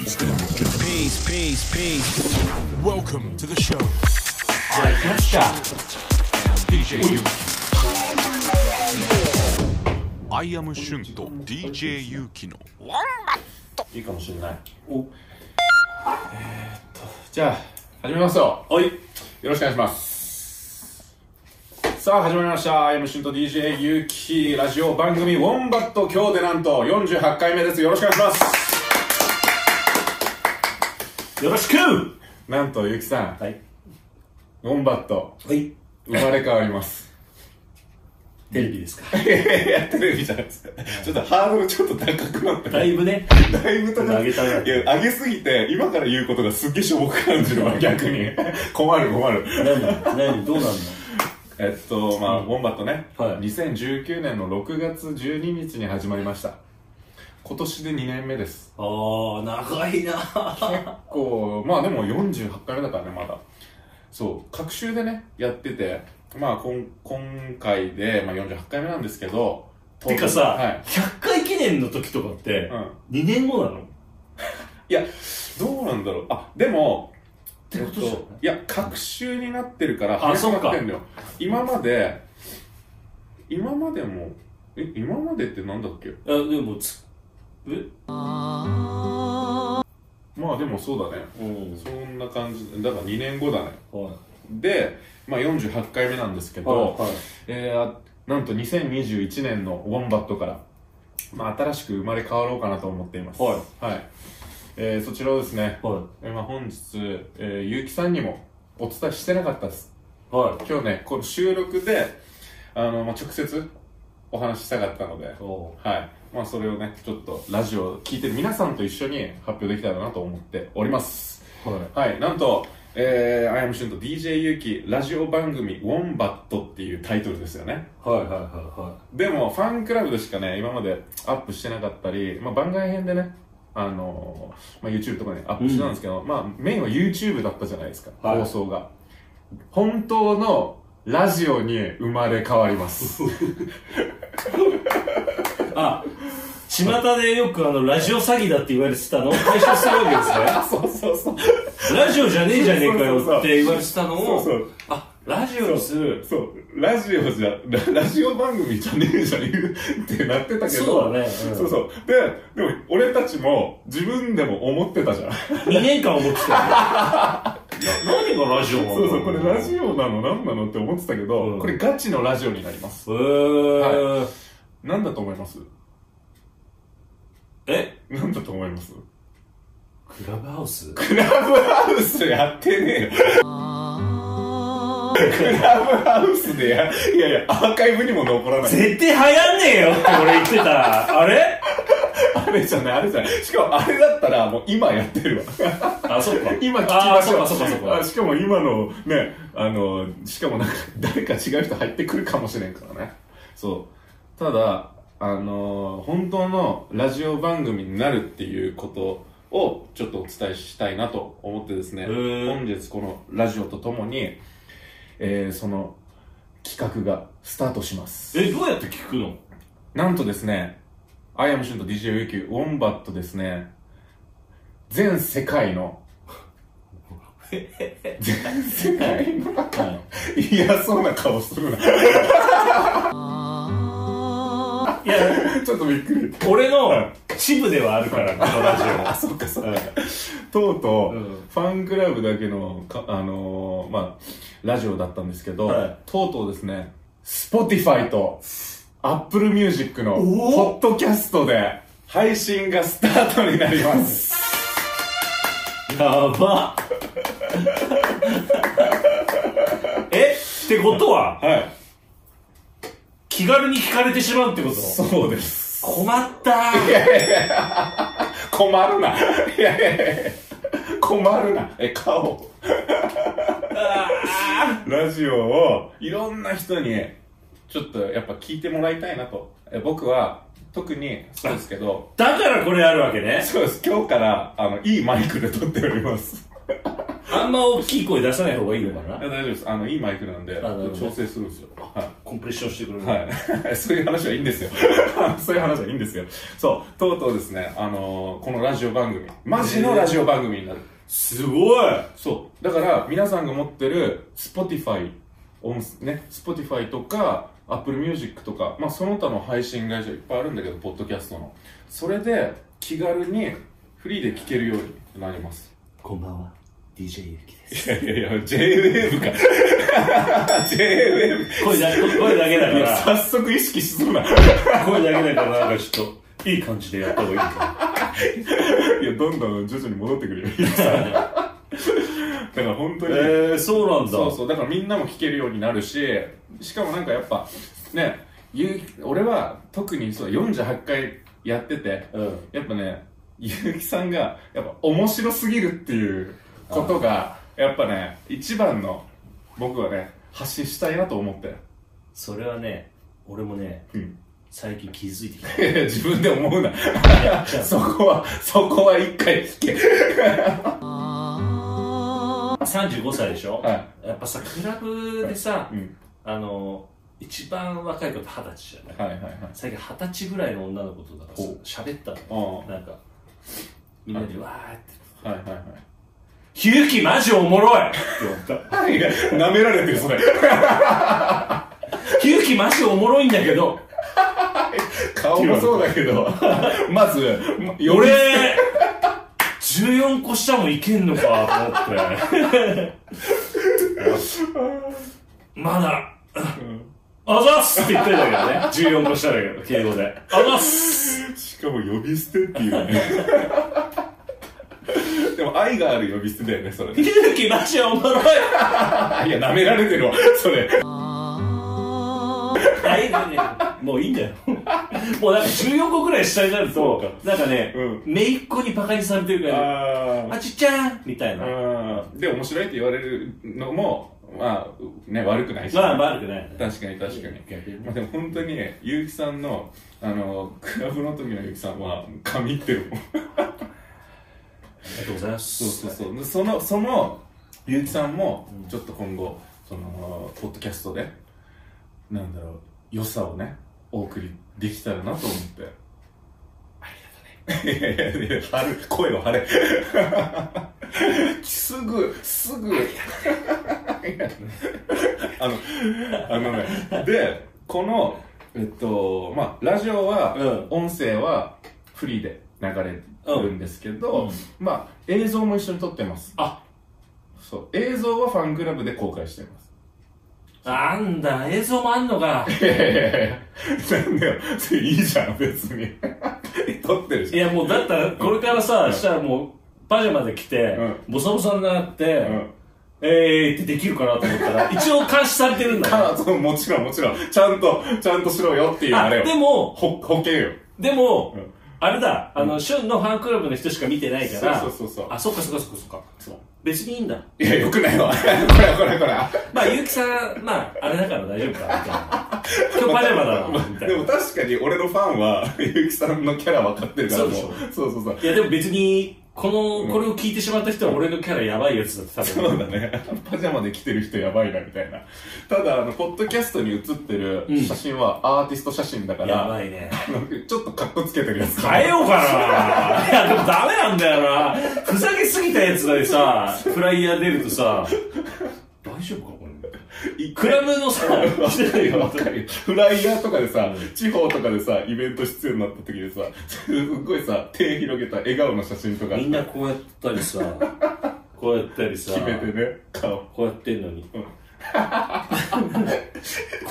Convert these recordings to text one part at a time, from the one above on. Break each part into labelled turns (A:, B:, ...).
A: Peace, peace, peace.
B: Welcome to the show.
C: じゃあ行きましょう
B: DJ Yu. I am Shun と DJ Yu キの
C: いいかもしれない
D: じゃあ始めますよ
C: おい
D: よろしくお願いしますさあ始まりました「m シュンと DJ ゆうきラジオ番組ウォンバット」今日でなんと48回目ですよろしくお願いします
C: よろしくは
D: なんとゆうきさん
C: い
D: ウォンバット
C: はい
D: 生まれ変わります
C: テレビですか
D: いや いやテレビじゃないですかちょっとハードルちょっと高くなって
C: だいぶね
D: だいぶ高く
C: 上げたない
D: や上げすぎて今から言うことがすっげえしょぼく感じるわ逆に 困る困る
C: 何何どうなん の
D: えっとまあ、ウォンバットね、
C: はい
D: 2019年の6月12日に始まりました今年で2年目です
C: ああ長いな
D: こうまあでも48回目だからねまだそう隔週でねやっててまあこん今回で、まあ、48回目なんですけど
C: てかさ、
D: はい、
C: 100回記念の時とかって
D: うん、
C: 2年後なの
D: いやどうなんだろうあでも
C: てことじゃない
D: いや隔週になってるから
C: あ
D: 早くなってんだよ今まで今までもえ今までってなんだっけ
C: あでもつえ
D: まあでもそうだね
C: うん
D: そんな感じだから2年後だね
C: はい
D: で、まあ、48回目なんですけど、
C: はい
D: えーあなんと2021年のウォンバットから、まあ、新しく生まれ変わろうかなと思っています、
C: はい
D: はいえーそちらをですね、
C: は
D: えーまあ、本日、えー、結城さんにもお伝えしてなかったです
C: いはい
D: 今日ねこの収録であの、まあ、直接お話ししたかったので
C: お
D: はいまあそれをねちょっとラジオを聞いてる皆さんと一緒に発表できたらなと思っております
C: はい
D: はい、なんと、えー、アイアムシュンと DJ ゆうきラジオ番組「ウォンバット」っていうタイトルですよね
C: はいはいはいは
D: でもファンクラブでしかね今までアップしてなかったり、まあ、番外編でねあのーまあ、YouTube とかにアップしてたんですけど、まあメインは YouTube だったじゃないですか、
C: はい
D: 放送が本当のラジオに生まれ変わります
C: いあ巷でよくあのラジオ詐欺だって言われてたのを解消したわけですね
D: あそうそうそう
C: ラジオじゃねえじゃねえか
D: そうそうそう
C: よって言われてたのを、
D: そうそう
C: あ、ラジオにする。
D: そうラジオじゃララジオ番組じゃねえじゃねえってなってたけど
C: そうだね。
D: そうそう。で、でも俺たちも自分でも思ってたじゃん。
C: 2年間思って たよ。何がラジオなの
D: そうそう、これラジオなの何なのって思ってたけど、
C: うん
D: これガチのラジオになります。
C: オ。えー
D: 何だと思います
C: え
D: 何だと思います
C: クラブハウス
D: クラブハウスやってねえよ。クラブハウスでや、いやいや、アーカイブにも残らない。
C: 絶対流行んねえよって俺言ってた。あれ
D: あれじゃない、あれじゃない。しかもあれだったらもう今やってるわ。
C: あ、そっか。
D: 今聞き
C: あ
D: ま
C: ー、
D: し
C: そ
D: ょ
C: っ
D: う
C: かそっかそっか
D: あ。しかも今のねあのしかもなんか誰か違う人入ってくるかもしれんからねそうただあの本当のラジオ番組になるっていうことをちょっとお伝えしたいなと思ってですね
C: ー
D: 本日このラジオとともに、えーその企画がスタートします
C: え、どうやって聞くの
D: なんとですねアイアムシュンと DJ ウィキウォンバットですね全世界の全世界の嫌そうな顔するな ち
C: いや、
D: ょっとびっくり
C: 俺の支部ではある から、このラジ
D: あそっかそっかとうとう、
C: うん
D: ファンクラブだけのかあのーまあラジオだったんですけど、
C: はい
D: とうとうですね Spotify と Apple Music の
C: お
D: ポッドキャストで配信がスタートになります
C: オ。やば。えってことは、
D: はい
C: 気軽に聞かれてしまうってこと
D: そうです
C: 困った
D: 困るないやいやいや困るなえ顔ラジオをいろんな人にちょっとやっぱ聞いてもらいたいなとえ僕は特にそうですけど
C: だからこれあるわけね
D: そうです今日からあのいいマイクで撮っております
C: あんま大きい声出さない方がいいのか
D: い
C: な
D: や大丈夫です。あの、いいマイクなんで
C: なるほど、
D: 調整するんですよ。はい
C: コンプレッションしてくれる。
D: はい。 そういう話はいいんですよ。そういう話はいいんですよ。そう、とうとうですね、あのーこのラジオ番組、マジのラジオ番組になる。
C: すごい
D: そう。だから、皆さんが持ってる Spotify、音声ね、Spotify とか、Apple Music とか、まあ、その他の配信会社いっぱいあるんだけど、ポッドキャストの。それで、気軽に、フリーで聴けるようになります。
C: こんばんは、DJ ゆきで
D: い
C: す。
D: やいやいや、JWave か。JWave。
C: 声だ声だけだ
D: いや
C: か
D: 早速意識しそうな。
C: ら、声だけだから、なんかちょっと、いい感じでやった方がいいのか
D: いや、どんどん徐々に戻ってくるよ。 だから本当
C: な。
D: に、
C: えー、そうなんだ。
D: そうそう、だからみんなも聞けるようになるし、しかもなんかやっぱ、ね、ゆう俺は特にそう48回やってて、
C: うん。
D: やっぱね、ゆうきさんが、やっぱ面白すぎるっていうことが、やっぱね、一番の僕はね、発信したいなと思って。
C: それはね、俺もね、
D: うん
C: 最近気づいてき
D: いやいや自分で思うな。そこは、そこは一回聞け。
C: た。35歳でしょ
D: は
C: やっぱさ、クラブでさ
D: い。、うん。
C: あの、一番若い子って二十歳じゃない
D: はいはいはい。
C: 最近二十歳ぐらいの女の子となんかさ
D: ほう
C: 喋った
D: あ
C: の
D: あ。
C: なんかみんなでわーって
D: はいはいはい。
C: 「ひゆきマジおもろい!」って言われ
D: いや、舐められてる、それ。
C: た「ひゆきマジおもろいんだけど
D: 顔もそうだけど、 まず、より、
C: 俺14個下もいけんのか」と思 って「まだあざっす!」って言ってんだけどね14個下だけど敬語で「あざっす!
D: しかも呼び捨てっていうね。 でも愛がある呼び捨てだよね、それ。い
C: ひゆきマジおもろい!」
D: や、舐められてるわ、それ。
C: 大丈夫ねもういいんだよ。もうなんか14個くらい下になると
D: そう、
C: なんかね、
D: う
C: 姪っ子にバカにされてるから、ね、
D: あ
C: あちっちゃんみたいな。
D: あ。で、面白いって言われるのも、まあ、ね、悪くないし。
C: まあ、悪くないよね。
D: 確かに確かに。まあ、でも本当に、ゆうきさんの、あの、クラブの時のゆうきさんは、髪いってるもん。
C: ありがとうございます。
D: そうそうそう。その、その、ゆうきさんも、ちょっと今後、その、ポッドキャストで、なんだろう、良さをね、お送りできたらなと思って。いやいやいや、張る、声を張れ。すぐ、すぐ。いやあの、あのね、で、この、えっと、まあ、ラジオは、音声はフリーで流れるんですけど、
C: うん
D: まあ映像も一緒に撮ってます
C: あ
D: そう映像はファンクラブで公開してます
C: あんだ、映像もあんのか。
D: いやいやいやなんだよそれいいじゃん別に 撮ってる
C: い
D: し
C: や、もうだったら、これからさ、したらもう、パジャマで来て、
D: う
C: ボサボサになって、
D: うん
C: えーってできるかなと思っ たら、一応監視されてるんだよ。
D: あそうもちろんもちろんちゃんとちゃんとしろよっていうあ
C: あ、
D: れ
C: で
D: よ
C: も、
D: ほ保険よ
C: でも、
D: うん
C: あれだ、あの、旬のファンクラブの人しか見てないから、
D: そうそうそうそう
C: あ、そっかそっかそっかそっか。そう別にいいんだ。
D: いやよくないわ これこれこれ
C: まあ、ゆうきさん、まあ、あれだから大 丈夫か、みたいな。今日パジャマだな、みたい
D: で
C: な。
D: も確かに俺のファンはゆきさんのキャラ分かってるからもう
C: そう
D: そうそうそう
C: いや、でも別に、この、これを聞いてしまった人は俺のキャラやばいやつだって多
D: そう
C: 分。
D: だね。パジャマで来てる人やばいな、みたいな。ただ、あの、ポッドキャストに写ってる
C: うん
D: 写真はアーティスト写真だか
C: や
D: ら、
C: ばいね。
D: ちょっとカッコつけてるやつ。
C: 変えようかな。いや、でもダメなんだよな。ふざけすぎたやつだでさ、フライヤー出るとさ、大丈夫か、これ。クラブのさ、来てるよ
D: わかるよフライヤーとかでさ、地方とかでさ、イベント出演になった時でさ、すっごいさ、手広げた笑顔の写真とか、
C: みんなこうやったりさ、こうやったりさ、
D: 決めてね、顔。
C: こうやってんのに。こ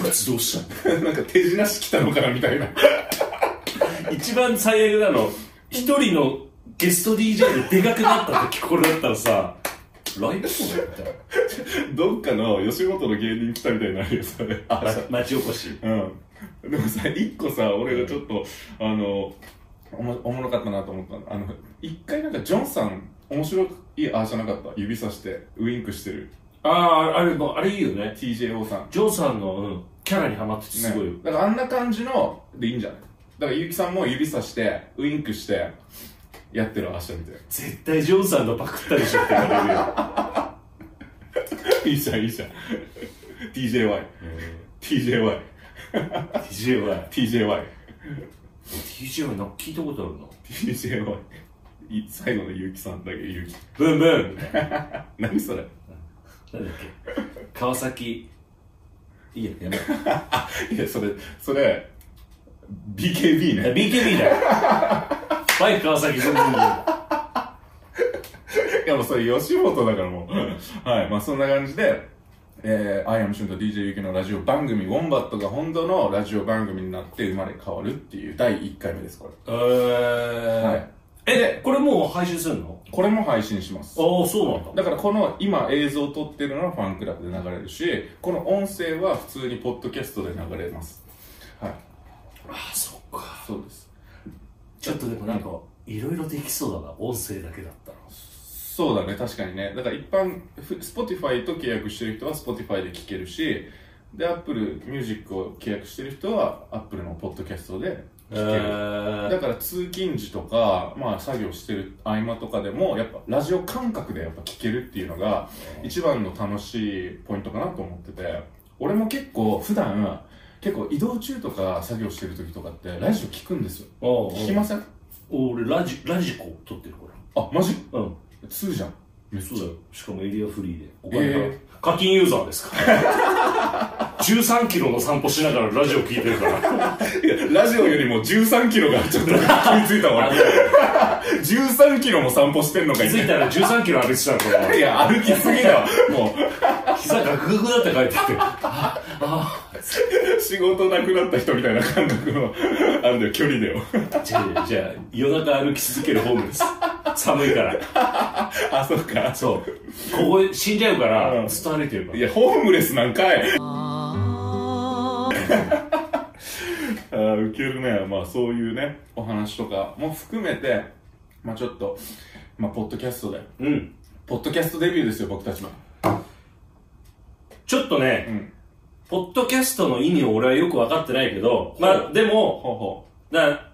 C: いつどうし
D: なんか手品師来たのかな、みたいな。
C: た一番最悪なの、一人のゲスト DJ ででかくなった時、これだったらさ、ライブショーだよみたい
D: どっかの吉本の芸人来たみたいになるよ、それ。あ
C: な。ま町おこし。
D: うん。でもさ、一個さ、俺がちょっと、あの、おもおもろかったなと思ったの。あの、一回なんか、ジョンさん、面白い、ああ、じゃなかった。指さして、ウインクしてる。
C: ああ、あれ、あれいいよね。
D: TJO さん。
C: ジョーさんの、うん、キャラにハマってて
D: ね
C: すごいよ。
D: だから、あんな感じの、でいいんじゃないだから、ゆうきさんも指さして、ウインクして、やってる、ああ、じゃみたいな。
C: 絶対ジョーさんのパクったでしょって言われるよ。
D: いいじゃん、いいじゃん。TJY。TJY。
C: TJY。
D: TJY。
C: TJY なんか聞いたことあるな。
D: TJY。い最後のゆうきさんだけ、ゆうき。
C: ブンブンみたいな。
D: 何それ
C: なんだっけ。川崎。いいや、やめよう
D: いや、それ、それ、BKB ね。
C: BKB だよ。バイク川崎ブンブンブン。
D: いや、もうそれ吉本だからもう。はい。まあそんな感じで、えー、アイアムシュンと DJ ゆきのラジオ番組、ウォンバットが本当のラジオ番組になって生まれ変わるっていう第1回目です、これ。
C: えー
D: はい
C: え、これもう配信するの
D: これも配信します。
C: ああ、そうなんだ。
D: だからこの今映像を撮ってるのはファンクラブで流れるし、この音声は普通にポッドキャストで流れます。はい。
C: ああ、そっか。
D: そうです。
C: ちょっとでもなんか、いろいろできそうだな、音声だけだったら。
D: そうだね、確かにね。だから一般、ふ Spotify と契約してる人は Spotify で聴けるし、で、Apple Music を契約してる人は Apple のポッドキャストで聴ける。だ
C: え
D: から通勤時とか、まあ、作業してる合間とかでもやっぱラジオ感覚でやっぱ聞けるっていうのが一番の楽しいポイントかなと思ってて俺も結構普段結構移動中とか作業してる時とかってラジオ聞くんですよ
C: お
D: 聞きません
C: 俺ラジ、ラジコ撮ってるか
D: あマジ
C: ら。うん。
D: 通じゃんめっ
C: そうだよ。しかもエリアフリーで。お
D: 金払う
C: えー課金ユーザーですから。13キロ の散歩しながらラジオ聞いてるから。
D: ラジオよりも1 3キロがちょっと食いついたわ1 3キロも散歩してんのか
C: 気づいたら13キロ歩いてたから、
D: いや歩きすぎだわも
C: 膝ガクガクだったら帰ってきて。
D: う仕事なくなった人みたいな感覚のあんだよ距離だよ
C: じゃあ、じゃあ夜中歩き続けるホームです。寒いから。
D: あ、そっか。
C: そう。ここ死んじゃうから、
D: うん
C: ずっと歩いてるか
D: い
C: ら。
D: や、ホームレスなんかい。 あーウケるね。まあ、そういうね、お話とかも含めて、まあちょっと、まあ、ポッドキャストで。
C: うん。
D: ポッドキャストデビューですよ、僕たちも。
C: ちょっとね、
D: うん
C: ポッドキャストの意味を俺はよく分かってないけど、ま
D: う
C: あでも、
D: ほうほう。
C: な、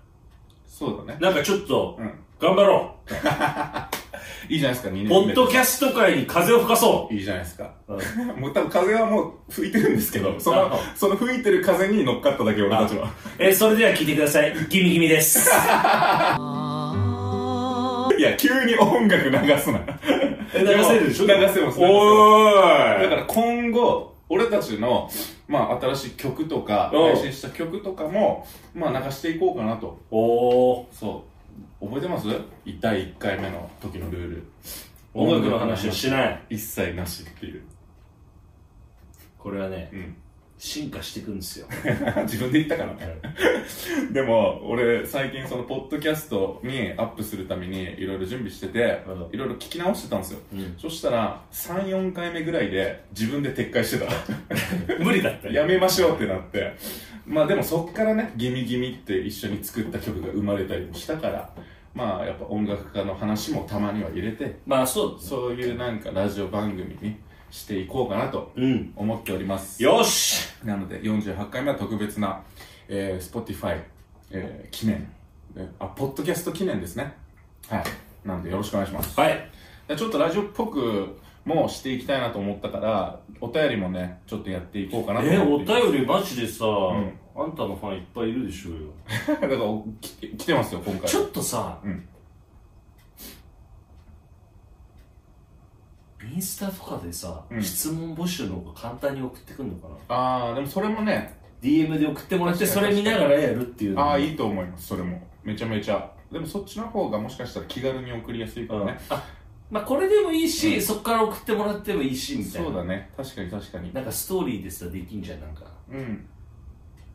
D: そうだね。
C: なんかちょっと
D: うん、
C: 頑張ろ
D: いいじゃないですか、2
C: う。
D: 年
C: ポ
D: 目
C: ッ
D: で。
C: ドキャスト界に風を吹かそ
D: いいじゃないですか。
C: う。
D: もう多分風はもう吹いてるんですけど、その
C: あ、
D: その吹いてる風に乗っかっただけ、俺たちは。
C: えーそれでは聞いてください。ギミギミ です。
D: いや、急に音楽流すな。
C: 流せるでしょ
D: 流せます、流せます。
C: お
D: だか
C: ーい。
D: ら今後、俺たちの、まあ、新しい曲とか、
C: うん
D: 配信した曲とかも、まあ、流していこうかなと。
C: おー。
D: そう。覚えてます第1回目の時のルール。
C: 音楽の話はしない。
D: 一切なしっていう。
C: これはね、
D: うん。
C: 進化していくん ですよ。
D: 自分で言ったからね。でも、俺、最近その、ポッドキャストにアップするために、いろいろ準備してて
C: うん、
D: いろいろ聞き直してたんですよ。
C: うん
D: そしたら、3、4回目ぐらいで、自分で撤回してた。
C: 無理だったよ
D: やめましょうってなってまあでもそっからね「ギミギミ」って一緒に作った曲が生まれたりもしたからまあやっぱ音楽家の話もたまには入れて
C: まあそうです。
D: そういうなんかラジオ番組にしていこうかなと
C: うん。
D: 思っております
C: よし
D: なので48回目は特別な、えー、Spotify、えー記念えあポッドキャスト記念ですねはいなのでよろしくお願いします
C: はい。
D: でちょっとラジオっぽくもしていきたいなと思ったからお便りもねちょっとやっていこうかなと
C: え、
D: 思
C: お
D: っています
C: 便りマジでさ、
D: ん
C: あんたのファンいっぱいいるでしょうよ。
D: だからき来てますよ今回
C: ちょっとさ、
D: うん
C: インスタとかでさ、
D: うん
C: 質問募集の方が簡単に送ってくんのかな
D: ああでもそれもね
C: ?DM で送ってもらって、
D: 確
C: そ
D: か
C: れ
D: に
C: 見ながらやるっていうの
D: あ
C: も
D: あいいと思いますそれもめちゃめちゃでもそっちの方がもしかしたら気軽に送りやすいか
C: う
D: ら
C: ん
D: ね、
C: あまあこれでもいいし、そっから送ってもらってもいいし、みたいな。
D: そうだね確かに確かに
C: なんかストーリーでさ、できんじゃん、なんか。
D: うん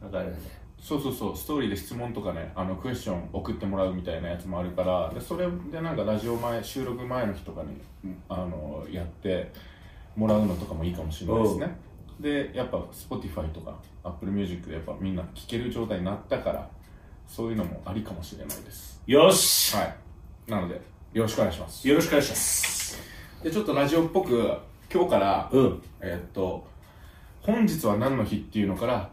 C: なんかあれだね。
D: そうそうそうストーリーで質問とかねあのクエスチョン送ってもらうみたいなやつもあるからでそれでなんかラジオ前収録前の日とかにうんあのやってもらうのとかもいいかもしれないですねでやっぱ Spotify とか Apple Music でやっぱみんな聴ける状態になったからそういうのもありかもしれないです
C: よし、
D: はい。なので、よろしくお願いします。
C: よろしくお願いします。
D: で、ちょっとラジオっぽく、今日から、
C: うん。
D: えーっと、本日は何の日っていうのから、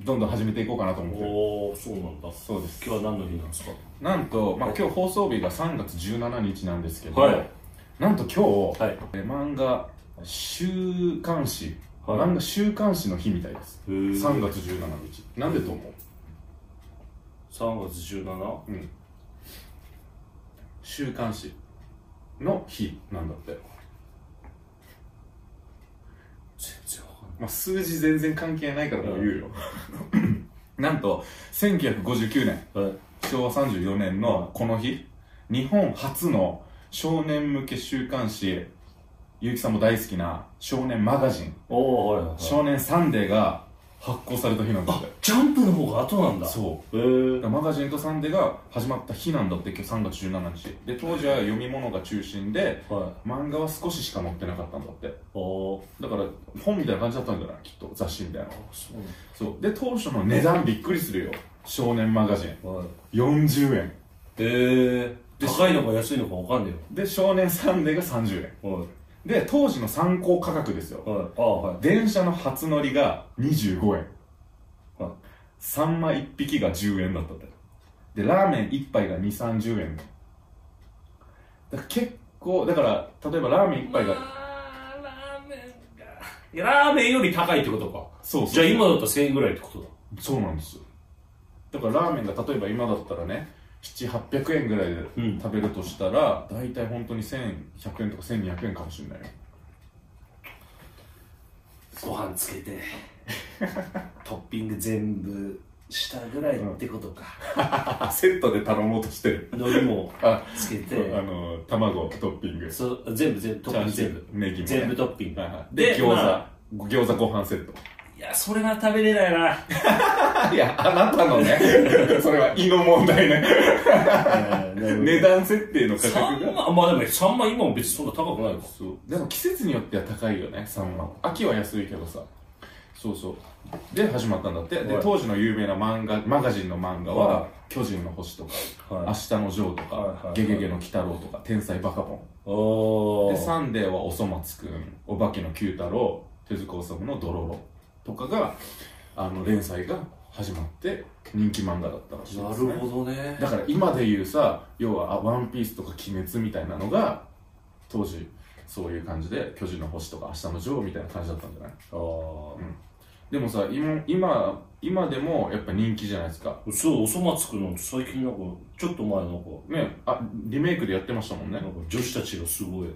D: どんどん始めていこうかなと思ってる。
C: おー、そうなんだ。
D: そうです。
C: 今日は何の日なんですか
D: なんと、まあ、今日放送日が3月17日なんですけど、
C: はい
D: なんと今日、
C: はい
D: え漫画、週刊誌、
C: はい
D: なんか週刊誌の日みたいです
C: へー
D: 3月17日なんでと思う
C: 3月 17?
D: うん週刊誌の日なんだって、
C: 全然わかんない
D: まあ、数字全然関係ないからもう言うよ なんと1959年
C: はい
D: 昭和34年のこの日日本初の少年向け週刊誌結城さんも大好きな少年マガジン
C: おおはいはい
D: 「
C: はい
D: 少年サンデー」が発行された日なんだっ
C: あ
D: て
C: ジャンプの方が後なんだ
D: そう
C: うへ
D: だか
C: ー
D: らマガジンとサンデーが始まった日なんだって今日3月17日で当時は読み物が中心で
C: はい
D: 漫画は少ししか載ってなかったんだって
C: おー
D: だから本みたいな感じだったんじゃないきっと雑誌みたいな
C: あそうなん
D: そうで当初の値段びっくりするよ少年マガジン
C: だはい
D: 40円
C: へえ高いのか安いのかわかんね
D: で少年サンデーが30円
C: えよはい
D: で当時の参考価格ですよ
C: はいあはい
D: 電車の初乗りが25円
C: はい
D: サンマ1匹が10円だったんだよでラーメン1杯が2 3 0円だから結構だから例えばラーメン1杯が
C: あーラーメンがいやラーメンより高いってことか
D: そうそう
C: じゃあ今だったら1000円ぐらいってことだ
D: そうなんですよだからラーメンが例えば今だったらね7800円ぐらいで
C: うん
D: 食べるとしたら、大体本当に1100円とか1200円かもしれないよ
C: ご飯つけて トッピング全部したぐらいってことか、
D: あセットで頼もうとしてる
C: 海苔も
D: あ
C: つけて
D: あの卵トッピング
C: そう全部全部ト
D: チ
C: ッ
D: ャ
C: ピン
D: ー
C: グ
D: シュ
C: 全
D: ー
C: 部
D: ネギもね
C: 全部トッピング
D: はいはいで餃子、
C: まあ
D: 餃子ご飯セット
C: いやそれは食べれないな
D: いや、あなたのね、 それは胃の問題ね。 値段設定の価格
C: 3
D: が。
C: 万まあでも3万今も別にそんな高くないです
D: そう。でも季節によっては高いよね、サンマ。秋は安いけどさ。そうそう。で、始まったんだって。で
C: はい、
D: 当時の有名な漫画、マガジンの漫画
C: は、
D: はい巨人の星とか、明
C: は
D: 日のジョーと
C: はいはいは
D: か
C: い、
D: ゲゲゲの鬼太郎とか、天才バカボ
C: いお
D: ン。で、
C: ー
D: サンデーはおそ松くん、お化けの九太郎、手塚治虫のドロロとかが、あの、連載が始まって、人気漫画だったらしい
C: な
D: で
C: る
D: すね。
C: ほどね
D: だから今で言うさ要はあ「ワンピースとか「鬼滅」みたいなのが当時そういう感じで「巨人の星」とか「明日の女王」みたいな感じだったんじゃない
C: あー
D: でもさ今今今でもやっぱ人気じゃないですか
C: そう、おそ松くんなんて最近なんか、ちょっと前なんか、
D: ねあリメイクでやってましたもんね
C: なんか女子たちがすごい、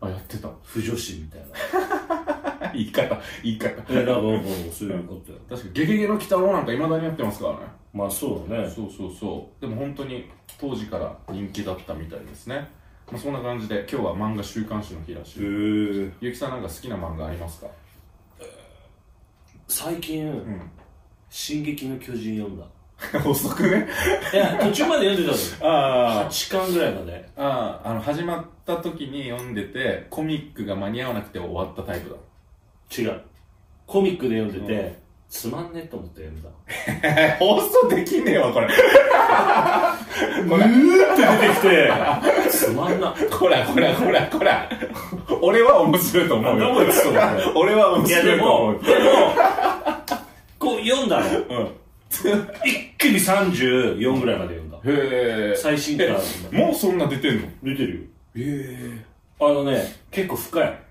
D: あやってた
C: 不女子みたいな。
D: 言い方言い方
C: え、なんか、なんかそういうことや。
D: 確か「ゲゲゲの鬼太郎」なんかいまだにやってますからね
C: まあそうだね。
D: そうそうそうでも本当に当時から人気だったみたいですね、まあ、そんな感じで今日は漫画週刊誌の日らしい
C: へえ。
D: ゆきさんなんか好きな漫画ありますか
C: 最近、
D: ん
C: 進撃の巨人読んだ。
D: 遅くね
C: いや、途中まで読んでた
D: あ
C: の。8巻ぐらいまで。
D: あああの始まった時に読んでてコミックが間に合わなくて終わったタイプだ
C: 違う。コミックで読んでて、つまんねえと思って読んだ。
D: え 放送できねえわこれこれ
C: 出てきて、つまんな。
D: こらこらこらこら俺は面白いと思う
C: なんだこ
D: よ
C: いつと思って
D: 俺は面
C: いや、で
D: 白いと思
C: も
D: う、
C: でも、こう読んだ
D: う
C: の。
D: ん、
C: 一気に34ぐらいまで読んだ。
D: へ
C: 最新
D: え
C: 刊。
D: もうそんな出てんの
C: 出てるよ。
D: へ
C: あのね、結構深い。
D: え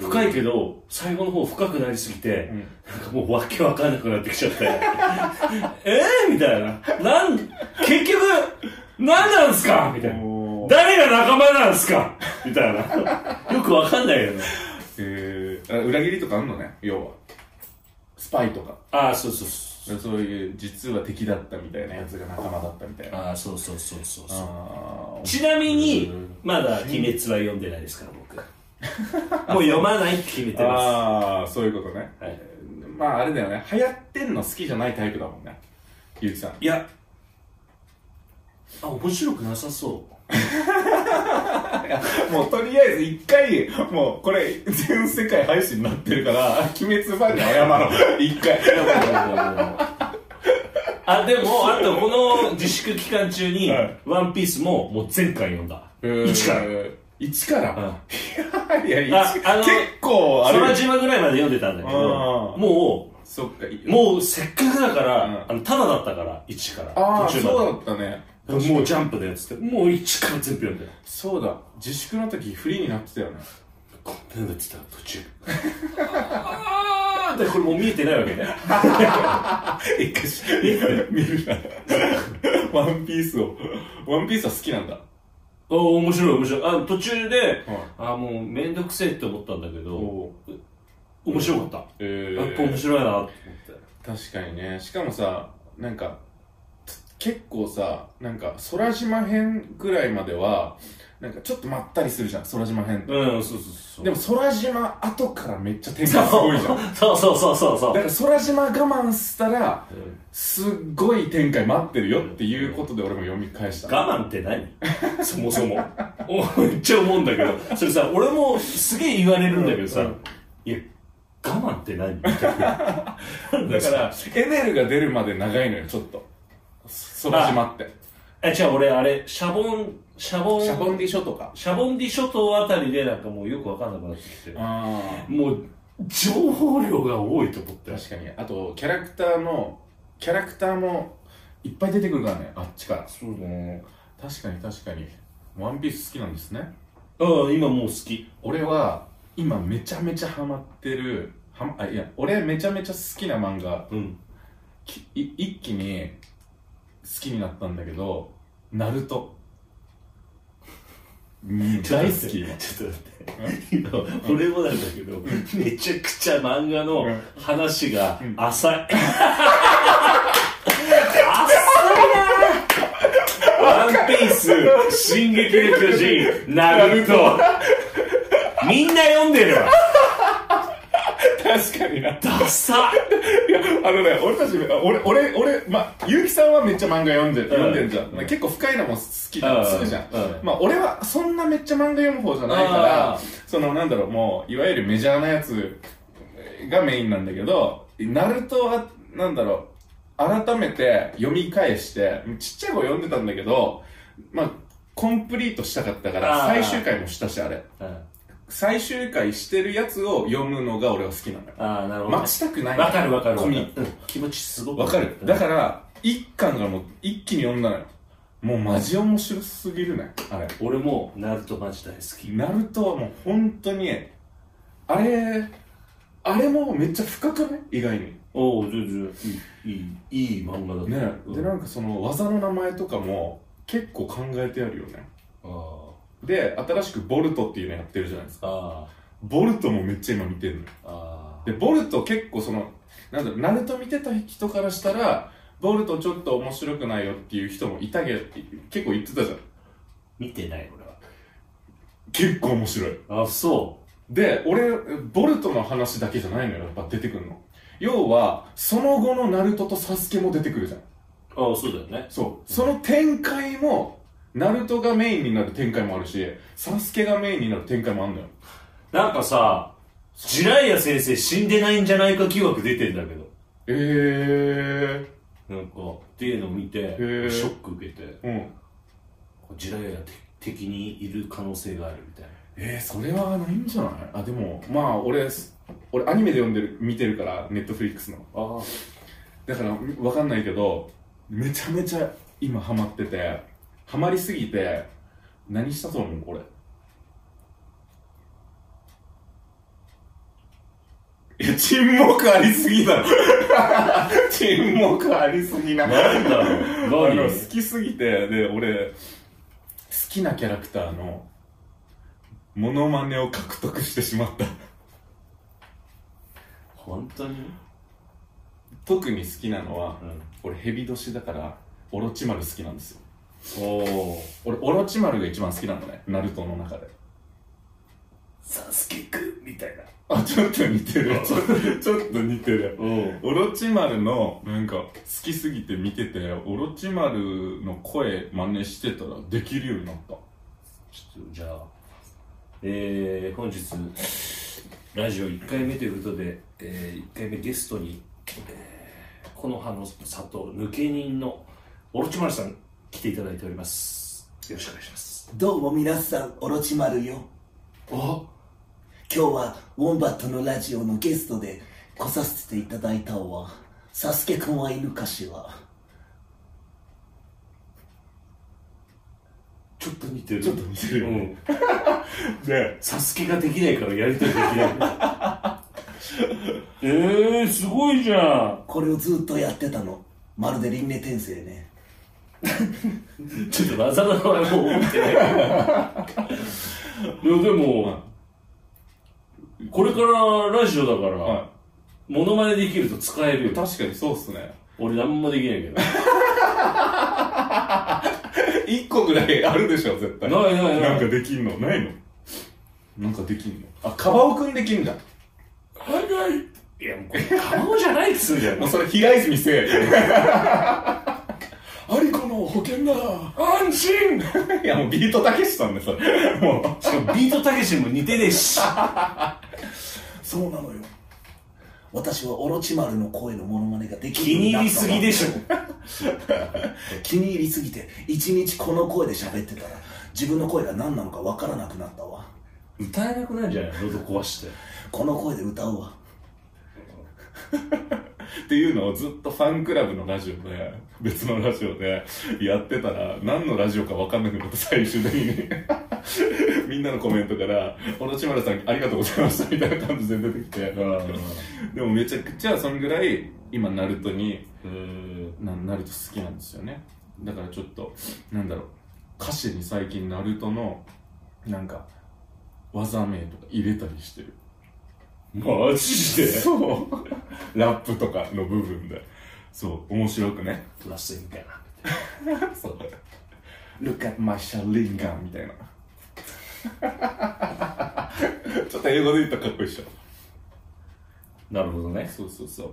D: 深
C: 深いけど、最後の方深くなりすぎて、
D: ん
C: なんかもうわけわかんなくなってきちゃって。 えー、みたいな。なん、結局、何なんすかみたいな。
D: お
C: 誰が仲間なんすかみたいな。よくわかんないよね。
D: へえ裏切りとかあんのね要はスパイとか
C: ああ、そうそうそう。
D: そういう実は敵だったみたいなやつが仲間だったみたいな
C: ああ、そうそうそうそうそう。
D: あ
C: ちなみに
D: うん、
C: まだ鬼滅は読んでないですから、 僕。もう読まないって決めてま
D: ああそういうことね
C: す。はい、
D: まああれだよね流行ってんの好きじゃないタイプだもんねゆうきさん
C: いや、あ、面白くなさそう。
D: もうとりあえず一回もうこれ全世界配信になってるから「鬼滅」ファンに謝ろう一回
C: あでもあとこの自粛期間中に
D: はい
C: 「ワンピースももう全巻読んだ 一から
D: 一から、いやい
C: あ
D: や一
C: あの
D: 結構あ
C: 空
D: れ
C: 島ぐらいまで読んでたんだけ
D: あ
C: ど
D: ー
C: も
D: そっか
C: うもうせっかくだから、
D: うん
C: あのタダだったから1から
D: ああ
C: 途中
D: そうだ
C: ま
D: ったね
C: でもうジャンプのやつってもう1から全部読んでる
D: そうだ自粛の時フリーになってたよね
C: こんなのつったら途中。あーってこれもう見えてないわけね。
D: 一回し、一回見るな。ワンピースを。ワンピースは好きなんだ。
C: おー面白い面白い。あ途中で、
D: はい
C: あーもうめんどくせえって思ったんだけど、
D: お
C: 面白かった。
D: えー、
C: やっぱ面白いなと思って。
D: 確かにねしかもさなんかつ結構さなんか空島編ぐらいまではなんかちょっとまったりするじゃん空島編って
C: うん、そうそうそう。
D: でも空島後からめっちゃ展開すごいじゃんだか
C: そうそうそうそうそう。
D: ら空島我慢したら
C: うん
D: すっごい展開待ってるよっていうことで俺も読み返した
C: 我慢って何そもそも。おめっちゃ思うんだけど。それさ、俺もすげえ言われるんだけどさ、
D: うん
C: いや、我慢って何みた いな。
D: だからエネルが出るまで長いのよちょっと空島って
C: ら、じゃあ俺あれ、シャボン、シャボン、
D: シャボンディショとか
C: シャボンディ諸島あたりでなんかもうよくわかんなくなってきて、
D: あ
C: もう情報量が多いと思って。
D: 確かにあとキャラクターのキャラクターもいっぱい出てくるからねあっちから
C: そうだね。
D: 確かに確かにワンピース好きなんですね
C: うん、今もう好き。
D: 俺は今めちゃめちゃハマってるはまあいや俺めちゃめちゃ好きな漫画
C: うん。
D: きい一気に好きになったんだけど「ナル トうん大好き今
C: ちょっと待って。今、俺もなんだけど、めちゃくちゃ漫画の話が浅い。浅いなワンピース、進撃の巨人、ナルト。みんな読んでるわ。
D: 確かにな
C: ダサ
D: あのね、俺たち、あ俺、俺、俺、まあ、結城さんはめっちゃ漫画読んで、読んでんじゃん。
C: うん
D: 結構深いのも好きじゃ
C: うん
D: ん。するじゃん
C: う。ん
D: まあ、俺はそんなめっちゃ漫画読む方じゃないから
C: あー、
D: その、なんだろう、もう、いわゆるメジャーなやつがメインなんだけど、ナルトは、なんだろう、改めて読み返して、ちっちゃい頃読んでたんだけど、まあ、コンプリートしたかったから、
C: あー
D: 最終回もしたし、あれ。
C: あ
D: 最終回してるやつを読むのが俺は好きなのよ。
C: あ、なるほどね。
D: 待ちたくない。
C: わかるわかるわ
D: コ
C: か
D: ミッ
C: る
D: ク。
C: うん気持ちすごく
D: わかるだから、一巻がもう一気に読んだのよ。もうマジ面白すぎるね。あれ。
C: 俺もナルトマジ大好き
D: ナルトはもう本当に、あれ、あれもめっちゃ深くない意外に。
C: おお全然いいいいいい漫画だった
D: ね
C: うん
D: で、なんかその技の名前とかも結構考えてあるよね。
C: あー
D: で、新しくボルトっていうのやってるじゃないですか。
C: あ
D: ボルトもめっちゃ今見てるのよ。
C: ーあ
D: で、ボルト結構その、なんだろう、ナルト見てた人からしたら、ボルトちょっと面白くないよっていう人もいたけど、結構言ってたじゃん。
C: 見てない俺
D: 結構面白い
C: はあそ
D: で俺ボルトの話だけじゃないのよやっぱ出てくるの要はその後のナルトとサスケも出てくるじゃん
C: うああそうだよね
D: そうその展開もナルトがメインになる展開もあるしサスケがメインになる展開もあるのよ
C: なんかさジライア先生死んでないんじゃないか疑惑出てんだけど
D: え
C: なんかっていうのを見てシ
D: ー
C: ョック受けて
D: えー、うん
C: ジライア敵にいる可能性があるみたいな
D: えー、それはないんじゃないあでもまあ俺俺アニメで読んでる見てるからネットフリックスの
C: ああ
D: だからわかんないけどめちゃめちゃ今ハマっててハマりすぎて何したと思うこれいや沈黙ありすぎだろ 沈黙ありすぎな
C: なんだ ろ
D: あの
C: う何
D: 好きすぎてで俺好きなキャラクターのモノマネを獲得してしまった
C: 本当に
D: 特に好きなのは、
C: うん
D: 俺ヘビ年だからオロチマル好きなんですよ
C: おお
D: 俺オロチマルが一番好きなのねナルトの中で
C: サスケくんみたいな
D: あちょっと似て るちょちょっと似てる
C: うん
D: オロチマルのなんか好きすぎて見ててオロチマルの声真似してたらできるようになった
C: ちょっとじゃあ、えー、本日、ラジオ1回目ということで、えー、1回目ゲストに、えー、この葉の里抜け人のオロチマルさん来ていただいております。よろしくお願いします。
A: どうも皆さん、オロチマルよ。
C: あ
A: 今日は、ウォンバットのラジオのゲストで来させていただいたおわ。サスケくんはいるかしら
C: ちょっと似てる。
D: ちょっと似てるよね
C: うん。
D: で、
C: サスケができないからやりたいできない。 えー、すごいじゃん。
A: これをずっとやってたのまるで輪廻転生ね
C: ちょっと技の名前も覚えてないけど。いや、でも、これからラジオだから、
D: は
C: モノマネできると使える
D: い、
C: よ。
D: 確かにそうっすね。
C: 俺なんもできないけど。
D: 一個ぐらいあるでしょ、絶対。
C: ないないない
D: んかできんのないのなんかできんのあ、カバオくんできんだ。
C: いや、もうこれ、カバオじゃないっつうんだよ。
D: もうそれ、平泉せ え。アリコの保険だ。
C: 安心
D: いや、もうビートたけしさん ね、それ。もう。
C: しかもビートたけしも似てねえ し。
A: そうなのよ私はオロチ丸の声のモノマネができる
C: 気に入りすぎでしょ。
A: 気に入りすぎて一日この声で喋ってたら自分の声が何なのかわからなくなったわ
C: 歌えなくなるんじゃない喉壊して。
A: この声で歌うわ
D: っていうのをずっとファンクラブのラジオで、別のラジオでやってたら、何のラジオか分かんなくなって、最終的に。 みんなのコメントから、小野千丸さんありがとうございましたみたいな感じで出てきて、でもめちゃくちゃそんぐらい、今、ナルトに、
C: うん。
D: なナルト好きなんですよね。だからちょっと、なんだろう、歌詞に最近ナルトの、なんか、技名とか入れたりしてる。
C: マジで
D: そう。 ラップとかの部分で。そう、面白くね。
C: プラスみたいな。
D: そう。Look at my Shaolin gun みたいな。 ちょっと英語で言ったらかっこいいっしょ。
C: なるほどね。
D: そうそうそう。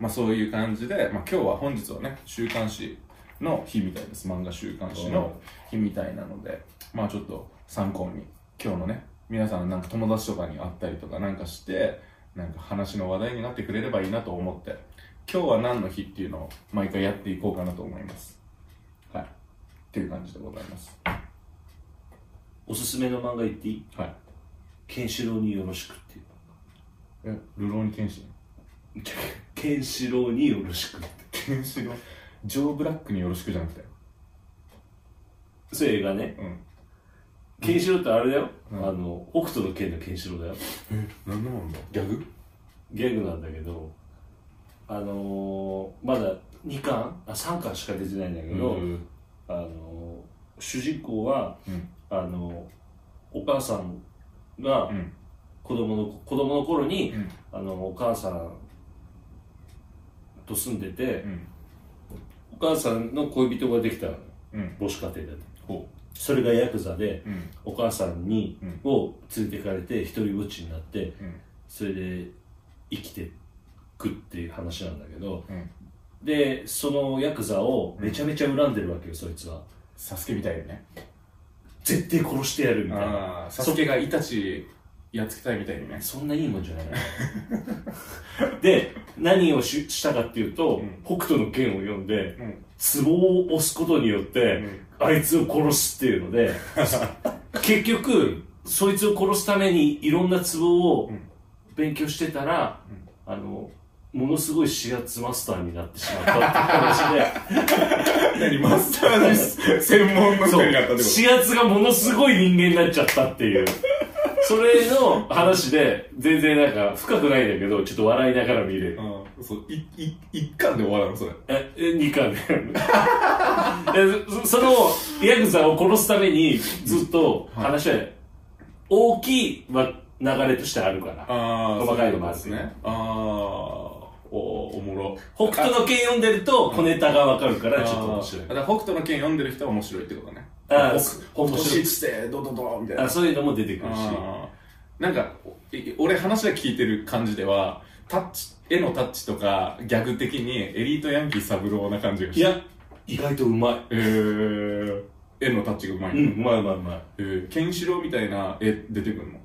D: まあそういう感じで、まあ今日は本日はね、週刊誌の日みたいです。漫画週刊誌の日みたいなので、まあちょっと参考に、今日のね、皆さんなんか友達とかに会ったりとかなんかして、なんか話の話題になってくれればいいなと思って、今日は何の日っていうのを毎回やっていこうかなと思います。はい。っていう感じでございます。
C: おすすめの漫画言っていい
D: はい。
C: ケンシロウによろしくっていう
D: え、ルローニケンシン
C: 漫画。ケンシロウによろしくって。
D: ケンシロウジョー・ブラックによろしくじゃなくて。
C: それ映画ね。
D: うん。
C: ケンシロウってあれだよ。
D: うん
C: あの、北斗の剣のケンシロウだよ。
D: え、何の漫画ギャグ
C: ギャグなんだけど、あのー、まだ2巻あ、3巻しか出てないんだけど、
D: うん
C: あのー、主人公は、
D: うん
C: あのー、お母さんが
D: うん。
C: 子供の、子供の頃に、
D: うん
C: あのお母さんと住んでて、
D: うん。
C: お母さんの恋人ができたの
D: うん。
C: 母子家庭だと
D: ほ
C: それがヤクザで
D: う。うん。
C: お母さんに、
D: う
C: を連れてかれて一人ぼっちになって
D: うん。
C: それで生きてくっていう話なんだけど
D: うん。
C: でそのヤクザをめちゃめちゃ恨んでるわけよそいつは
D: サスケみたいよね。
C: 絶対殺してやるみたい
D: あ
C: な
D: あ、サスケがイタチやっつけたいみたいにね。
C: そんないいもんじゃない で何をししたかっていうと、
D: ん
C: 北斗の剣を読んで、
D: うん。
C: ツボを押すことによって、あいつを殺すっていうの で結局そいつを殺すためにいろんなツボを
D: ん
C: 勉強してたら、あのものすごい指圧マスターになってしまったっていう話で
D: 何マスタ ーに専門の人
C: そう
D: になったってこ
C: 指圧がものすごい人間になっちゃったっていうそれの話で全然なんか深くないんだけどちょっと笑いながら見れる
D: とうん。そう、い、い、一巻で終わらんの、それ。
C: え、え二巻だよね えそその、ヤクザを殺すために、ずっと話は、大きいわ流れとしてあるから。
D: あ
C: 細かいのもある
D: ですね。ああ、おー、おもろ。
C: 北斗の剣読んでると、小ネタがわかるから、ちょっと面白い
D: あー。だから北斗の剣読んでる人は面白いってことね。
C: あ
D: 北北
C: ー面
D: 斗
C: 白い
D: 七星、ドドドンみたいな
C: あ。そういうのも出てくるし。
D: あーなんかおい俺話で聞いてる感じではタッチ絵のタッチとかギャグ的にエリートヤンキー三郎な感じがし
C: い
D: て
C: や、意外とうまい。
D: えー、絵のタッチがうまい、
C: うん、うまいうまいうまい。
D: えー、ケンシロウみたいな絵出てくるの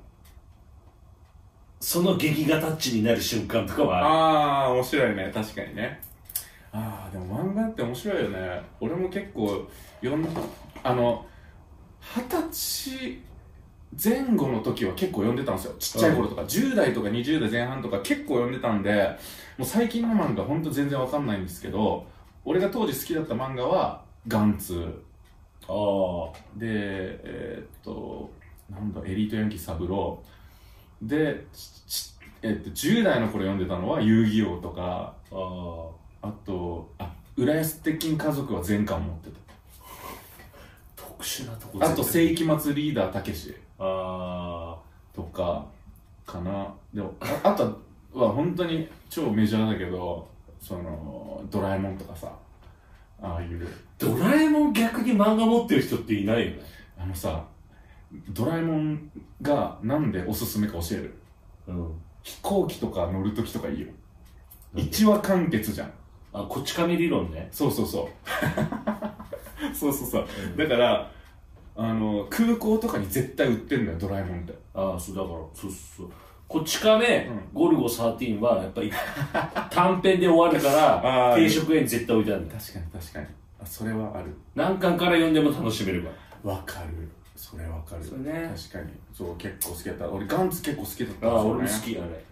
C: その劇画タッチになる瞬間とかはある。
D: ああ面白いね確かにねああでも漫画って面白いよね俺も結構読んあの二十歳前後の時は結構読んでたんですよちっちゃい頃とか、10代とか20代前半とか結構読んでたんでもう最近の漫画ほんと全然わかんないんですけど俺が当時好きだった漫画は「ガンツ
C: ああ。」
D: でえーっと「なんだ、エリートヤンキーサブロー。で、ちちえっと、10代の頃読んでたのは遊戯王とか、
C: ああ
D: あと、あ、浦安鉄筋家族は全巻持って
C: 特殊なとこ
D: た。あと、世紀末リーダーたけし
C: あ
D: とか、かな。でも、ああとは本当に超メジャーだけど、その、ドラえもんとかさ、ああいう、
C: あドラえもん逆に漫画持ってる人っていないよね
D: あのさ、ドラえもんがなんでおすすめか教える
C: うん
D: 飛行機とか乗るときとかいいよ。一話完結じゃん。
C: あこっち亀理論ね
D: そうそうそう。 そうそうそう。だから、あの、空港とかに絶対売ってんだよ、ドラえもんって。
C: ああそうだからそうそうそうこっち亀、
D: うん
C: ゴルゴ13はやっぱり短編で終わるから
D: あー
C: 定食屋に絶対置いてあるんだよ
D: 確かに確かに。あ、それはある。
C: 何巻から読んでも楽しめるから
D: わかる。それわかる。
C: それね
D: 確かに。そう、結構好きだった。俺、ガンツ結構好きだった
C: ああ、俺も
D: です
C: 好
D: よね。
C: き、あれ。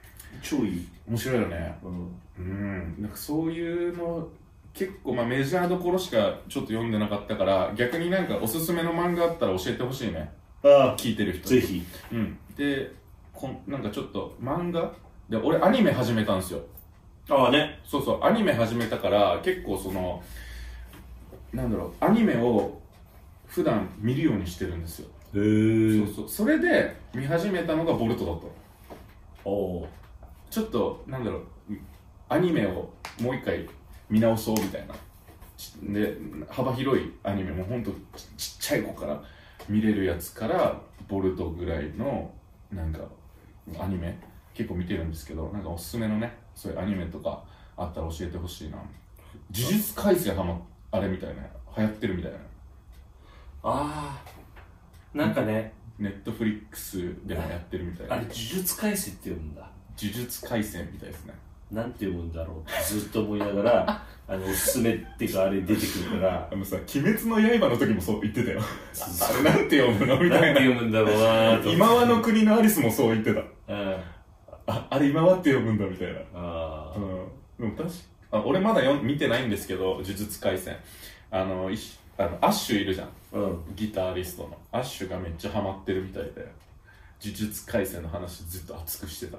C: 超いい。
D: 面白いよね。
C: うん。
D: うん。なんかそういうの、結構、まあメジャーどころしかちょっと読んでなかったから、逆になんかおすすめの漫画あったら教えてほしいね。
C: ああ、
D: 聞いてる人。
C: ぜひ。
D: うん、でこんなんかちょっと漫画で俺アニメ始めたんですよ
C: ああね。
D: そうそうアニメ始めたから結構そのなんだろうアニメを普段見るようにしてるんですよ、
C: へ
D: そう。そうそれで見始めたのがボルトだったの
C: おう
D: ちょっとなんだろうアニメをもう一回見直そうみたいなちで幅広いアニメもほんとちちっちゃい子から見れるやつからボルトぐらいのなんかアニメ結構見てるんですけどなんかおすすめのねそういうアニメとかあったら教えてほしいな呪術改正はまあれみたいな流行ってるみたいな
C: ああ。なんかね、
D: ネットフリックスでもやってるみたい
C: あ
D: な
C: れ、
D: 呪
C: 呪術改正って読むんだ。
D: 術改正みたいですね
C: なんて読むんだろうってずっと思いながら、あの、おすすめっていうか、あれ出てくるから
D: あ、のさ「鬼滅の刃」の時もそう言ってたよ
C: そ
D: あ
C: う
D: れ
C: そ
D: なんて読むの
C: う
D: み
C: な
D: た
C: んて
D: いな
C: 読むんだろうなーと。
D: 今和の国のアリスもそう言ってた
C: うん。あ
D: ああれ今和って読むんだみたいな
C: あ
D: う。んでも確かあ俺まだよ見てないんですけど「呪術廻戦」あのいあのアッシュいるじゃん
C: うん。
D: ギタリストのアッシュがめっちゃハマってるみたいで呪術廻戦の話ずっと熱くしてた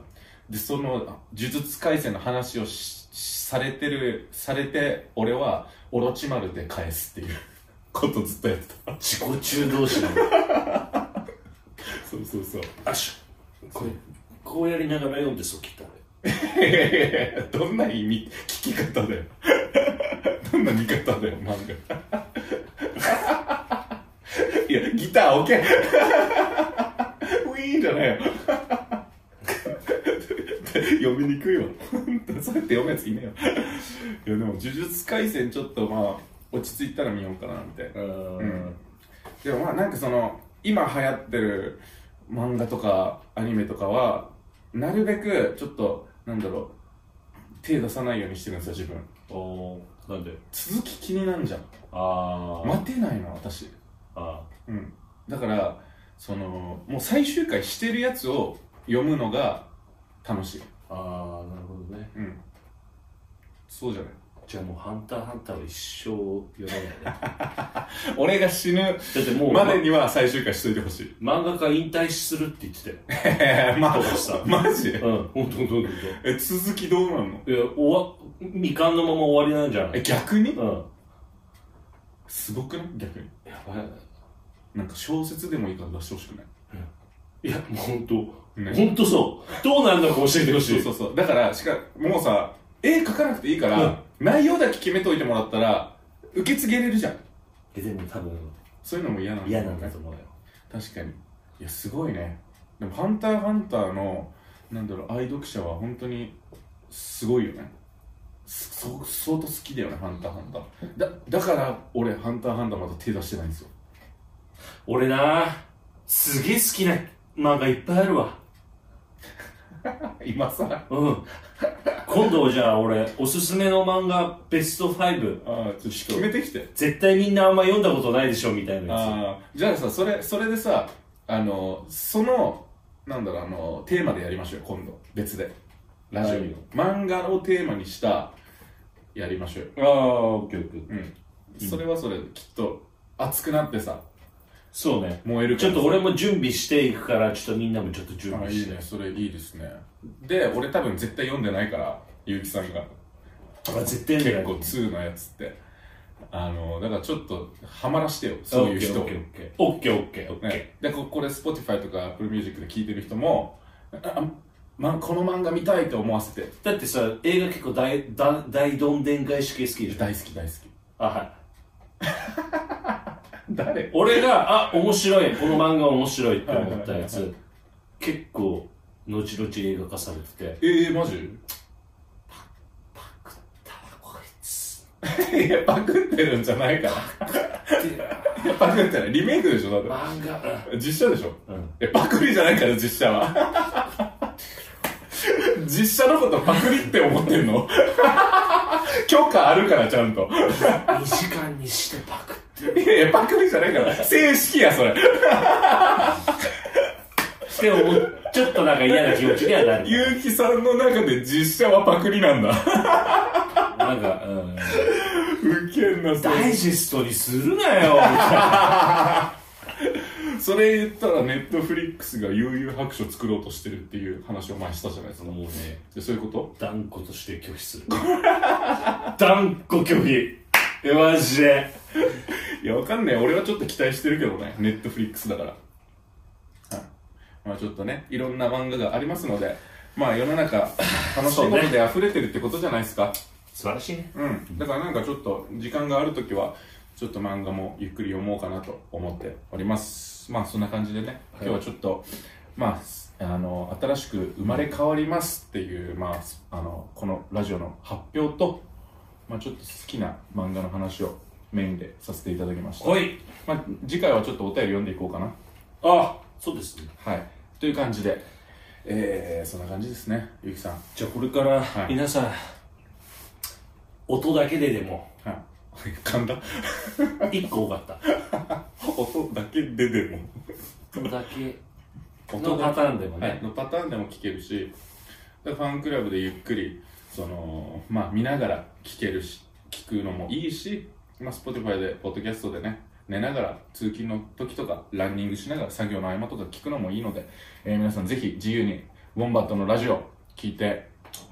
D: でそのあ呪術廻戦の話をししされてるされて俺はオロチマルで返すっていうことずっとやってた
C: 自己中同士の。
D: そうそうそう
C: あしょ。これ、こうやりながら読んでそう聞いたのよ。
D: いやいやいや どんな意味聞き方だよ どんな見方だよ漫画いやギターオッケーウィーンじゃないよ読みにくいわそうやって読むやついねえよいやでも呪術廻戦ちょっとまあ落ち着いたら見ようかなみたいな
C: うん。
D: でもまあなんかその今流行ってる漫画とかアニメとかはなるべくちょっとなんだろう手出さないようにしてるんですよ自分
C: おーなんで
D: 続き気になんじゃん
C: あー。
D: 待てないの私
C: あ
D: うんだからそのもう最終回してるやつを読むのが楽しい
C: あーなるほどね
D: うんそうじゃない
C: じゃあもう「ハンターハンター」は一生読めないね
D: 俺が死ぬ
C: だってもう、
D: までには最終回しといてほしい
C: ま漫画家引退するって言ってた
D: まあ
C: そうそう
D: マジ
C: よ うんほんとほんとほんと
D: え続きどうなんの
C: いや終わ未完のまま終わりなんじゃな
D: え
C: い
D: 逆に
C: うん
D: すごくない逆に
C: やばい
D: なんか小説でもいいから出してほしくない
C: いやもうほんと、
D: ね
C: ほんとそうどうなるのか教えてほしい
D: そうそうそうだからしかもうさ絵描かなくていいから、内容だけ決めといてもらったら受け継げれるじゃん
C: えでも多分
D: そういうのも嫌なんだ
C: 嫌
D: よ
C: なんだ
D: ね
C: と思うよ
D: 確かにいやすごいねでも「ハンターハンターの」なんだろう愛読者は本当にすごいよねすそ相当好きだよね「ハンターハンター」だだから俺「ハンターハンター」まだ手出してないんですよ
C: 俺なすげえ好きな漫画いっぱいあるわ
D: 今さら
C: うん今度じゃあ俺おすすめの漫画ベスト5
D: ああちょっと決めてきて
C: 絶対みんなあんま読んだことないでしょみたいなや
D: あーじゃあさそれそれでさあのそのなんだろうあのテーマでやりましょうよ今度別でラジオに漫画をテーマにしたやりましょうよ
C: つああオッケーオッケー
D: うんそれはそれできっと熱くなってさ
C: そうね
D: 燃えるか
C: ち
D: ら
C: ょっと俺も準備していくからちょっとみんなもちょっと準
D: あ
C: 備
D: い
C: し
D: い
C: て
D: ねそれいいですねで俺多分絶対読んでないからゆうきさんが
C: あ絶対
D: 結
C: ね
D: 構2のやつってあのだからちょっとハマらしてよそういう人
C: オッケーオッケーオッケーオッケーオッケーオッケ
D: ね、でここれ Spotify とか Apple Music で聴いてる人もあ、ま、この漫画見たいと思わせて
C: ーだってさ映画結構大大大どんでん返し系好きでしょ
D: 大好き大好き
C: あはい
D: 誰
C: 俺があ面白いこの漫画面白いって思ったや
D: はい
C: つ結構後々映画化されてて
D: えー、マジ
C: こいつ
D: いやパクってるんじゃないからいやパクってないリメイクでしょだっ
C: 漫画
D: て実写でしょ
C: うん
D: えパクリじゃないから実写は 実写のことパクリって思ってんの 許可あるからちゃんと
C: 2時間にしてパクって
D: いやいやパクリじゃないから正式やそれ
C: って思うちょっとなんか嫌な気持ちにはなる
D: 結城さんの中で実写はパクリなんだ
C: なんか、うん、
D: ウケんなそ
C: ダ
D: れ
C: イジェストにするなよみたいな
D: それ言ったらネットフリックスが悠々白書作ろうとしてるっていう話を前にしたじゃないですか
C: もうね
D: でそういうこと
C: 断固として拒否 する断固拒否えマジで
D: いやわかんない俺はちょっと期待してるけどねネットフリックスだからはいまあちょっとねいろんな漫画がありますのでまあ世の中楽しいことで溢れてるってことじゃないですか
C: 素晴らしいね
D: うん、だからなんかちょっと時間があるときはちょっと漫画もゆっくり読もうかなと思っておりますまあそんな感じでね今日はちょっと、まあすあの新しく生まれ変わりますっていう、まあすあのこのラジオの発表と、まあ、ちょっと好きな漫画の話をメインでさせていただきました、
C: おい
D: まあ、次回はちょっとお便り読んでいこうかな
C: あそうですね
D: はいという感じでえー、そんな感じですねゆきさん
C: じゃあこれから
D: い
C: 皆さん、音だけででも
D: はい 噛んだ
C: 一個多かった
D: 音だけででも
C: 音だけのパターンでもね、
D: はい、のパターンでも聴けるしでファンクラブでゆっくりその、まあ、見ながら聴けるし聴くのもいいし、まあ、Spotify でポッドキャストでね寝ながら通勤の時とかランニングしながら作業の合間とか聴くのもいいので、えー皆さんぜひ自由にウォンバットのラジオ聴いて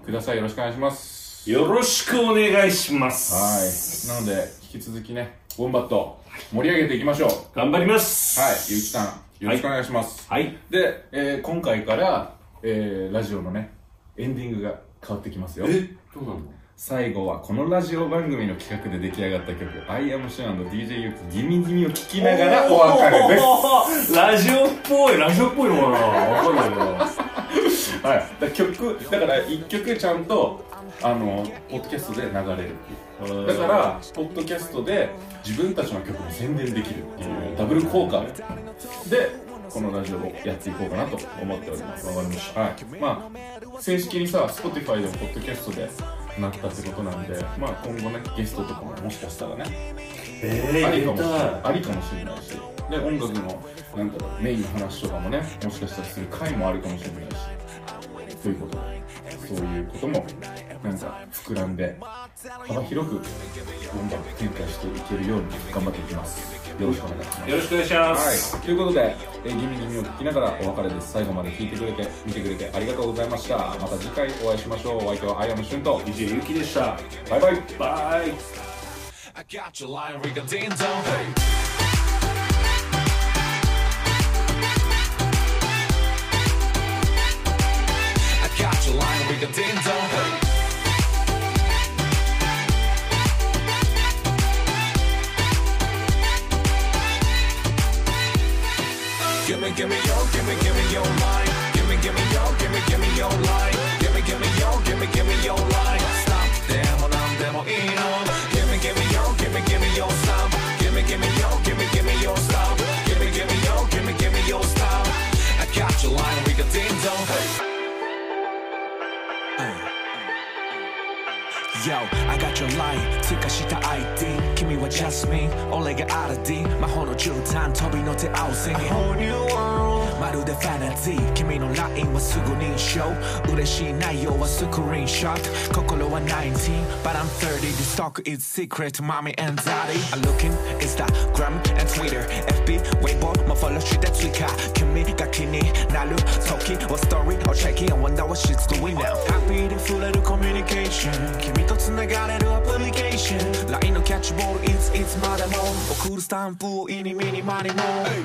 D: くださいよろしくお願いします
C: よろしくお願いしま
D: はい
C: す
D: なので引き続きねウォンバット盛り上げていきましょう
C: 頑張ります
D: はいゆうきさんよろしくお願いします、
C: はい
D: で、えー今回から、えーラジオのねエンディングが変わってきますよ
C: どうなの
D: 最後はこのラジオ番組の企画で出来上がった曲「I am Sure d j ゆきギミギミ」を聴きながらお別れです
C: す ラジオっぽいラジオっぽいのかなわかんないけど
D: はい、だから曲だから1曲ちゃんとあのポッドキャストで流れるっていうだからポッドキャストで自分たちの曲も宣伝できるっていうダブル効果でこのラジオをやっていこうかなと思っておりますわかりました、はい、まあ正式にさ Spotify でもポッドキャストでなったってことなんでまあ今後ねゲストとかももしかしたらね
C: えー、
D: ありか
C: 入
D: も
C: れ
D: しれ
C: た
D: ないありかもしれないしで音楽のなんだろうメインの話とかもねもしかしたらする回もあるかもしれないしということでそういうこともなんか膨らんで幅広く音楽展開していけるように頑張っていきますよろしくお願いします
C: いよろしくお願いします、
D: はい、ということで、えー、ギミギミを聞きながらお別れです最後まで聞いてくれて見てくれてありがとうございましたまた次回お会いしましょうお相手はアイアムシュンと
C: DJ ゆきでした
D: バイバイ
C: バイ
B: I got your lion, ring a ding dong. Hey. I got your lion, ring a ding dong. Hey. Gimme, gimme your, gimme, gimme your line. Gimme, gimme your, gimme, gimme your line. Gimme, gimme your, gimme, gimme your line. Stop them or I'm them or in on. Gimme, gimme your, gimme, gimme your stop. Gimme, gimme your, gimme, gimme your stop. Gimme, gimme your, gimme, gimme your stop. I got your line, we got ding dong. Uh, Hey. uh, Yo, I got ちょ LINE 追加した ID 君はジャスミン俺がアラディ魔法の絨毯飛び乗って青線まるでファナティー君の LINE はすぐ認証嬉しい内容はスクリーンショット心は19 but I'm 30 this talk is secret mommy and daddy I'm looking Instagram and Twitter FB Weibo もフォローして追加君が気になる時はストーリーをチェック I wonder what she's doing now ハッピーで触れるコミュニケーション君と繋がれるアプリケーション LINE のキャッチボールいついつまでも送るスタンプを意にミニマニも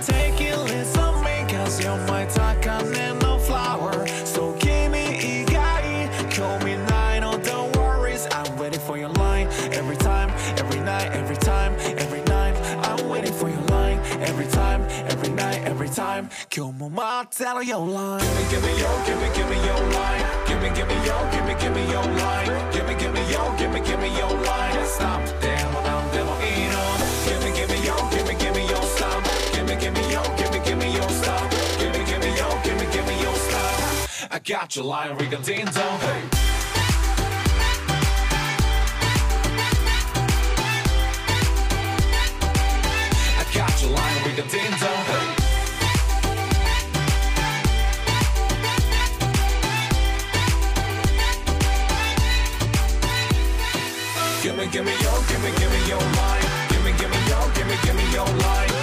B: Take it listen me cause you're my 高根の flower So 君以外興味ないの oh, Don't worries I'm waiting for your line Every time, every night, every time, every night I'm waiting for your line Every time, every night, every time 今日も待ってるよ line Give me, give me your, give me, give me your line Give me, give me your, give me, give me your line Give me, give me your, give me, give me your line Stop でもなんでもいいの Give me, give me your, give me, give me your stop Give me, give me your, give me, give me your stop Give me, give me your, give me, give me your stop I got your line, Riga Ding Dong Hey! 「Gimme, gimme your, gimme, gimme your line. Gimme, gimme your, gimme, gimme your line.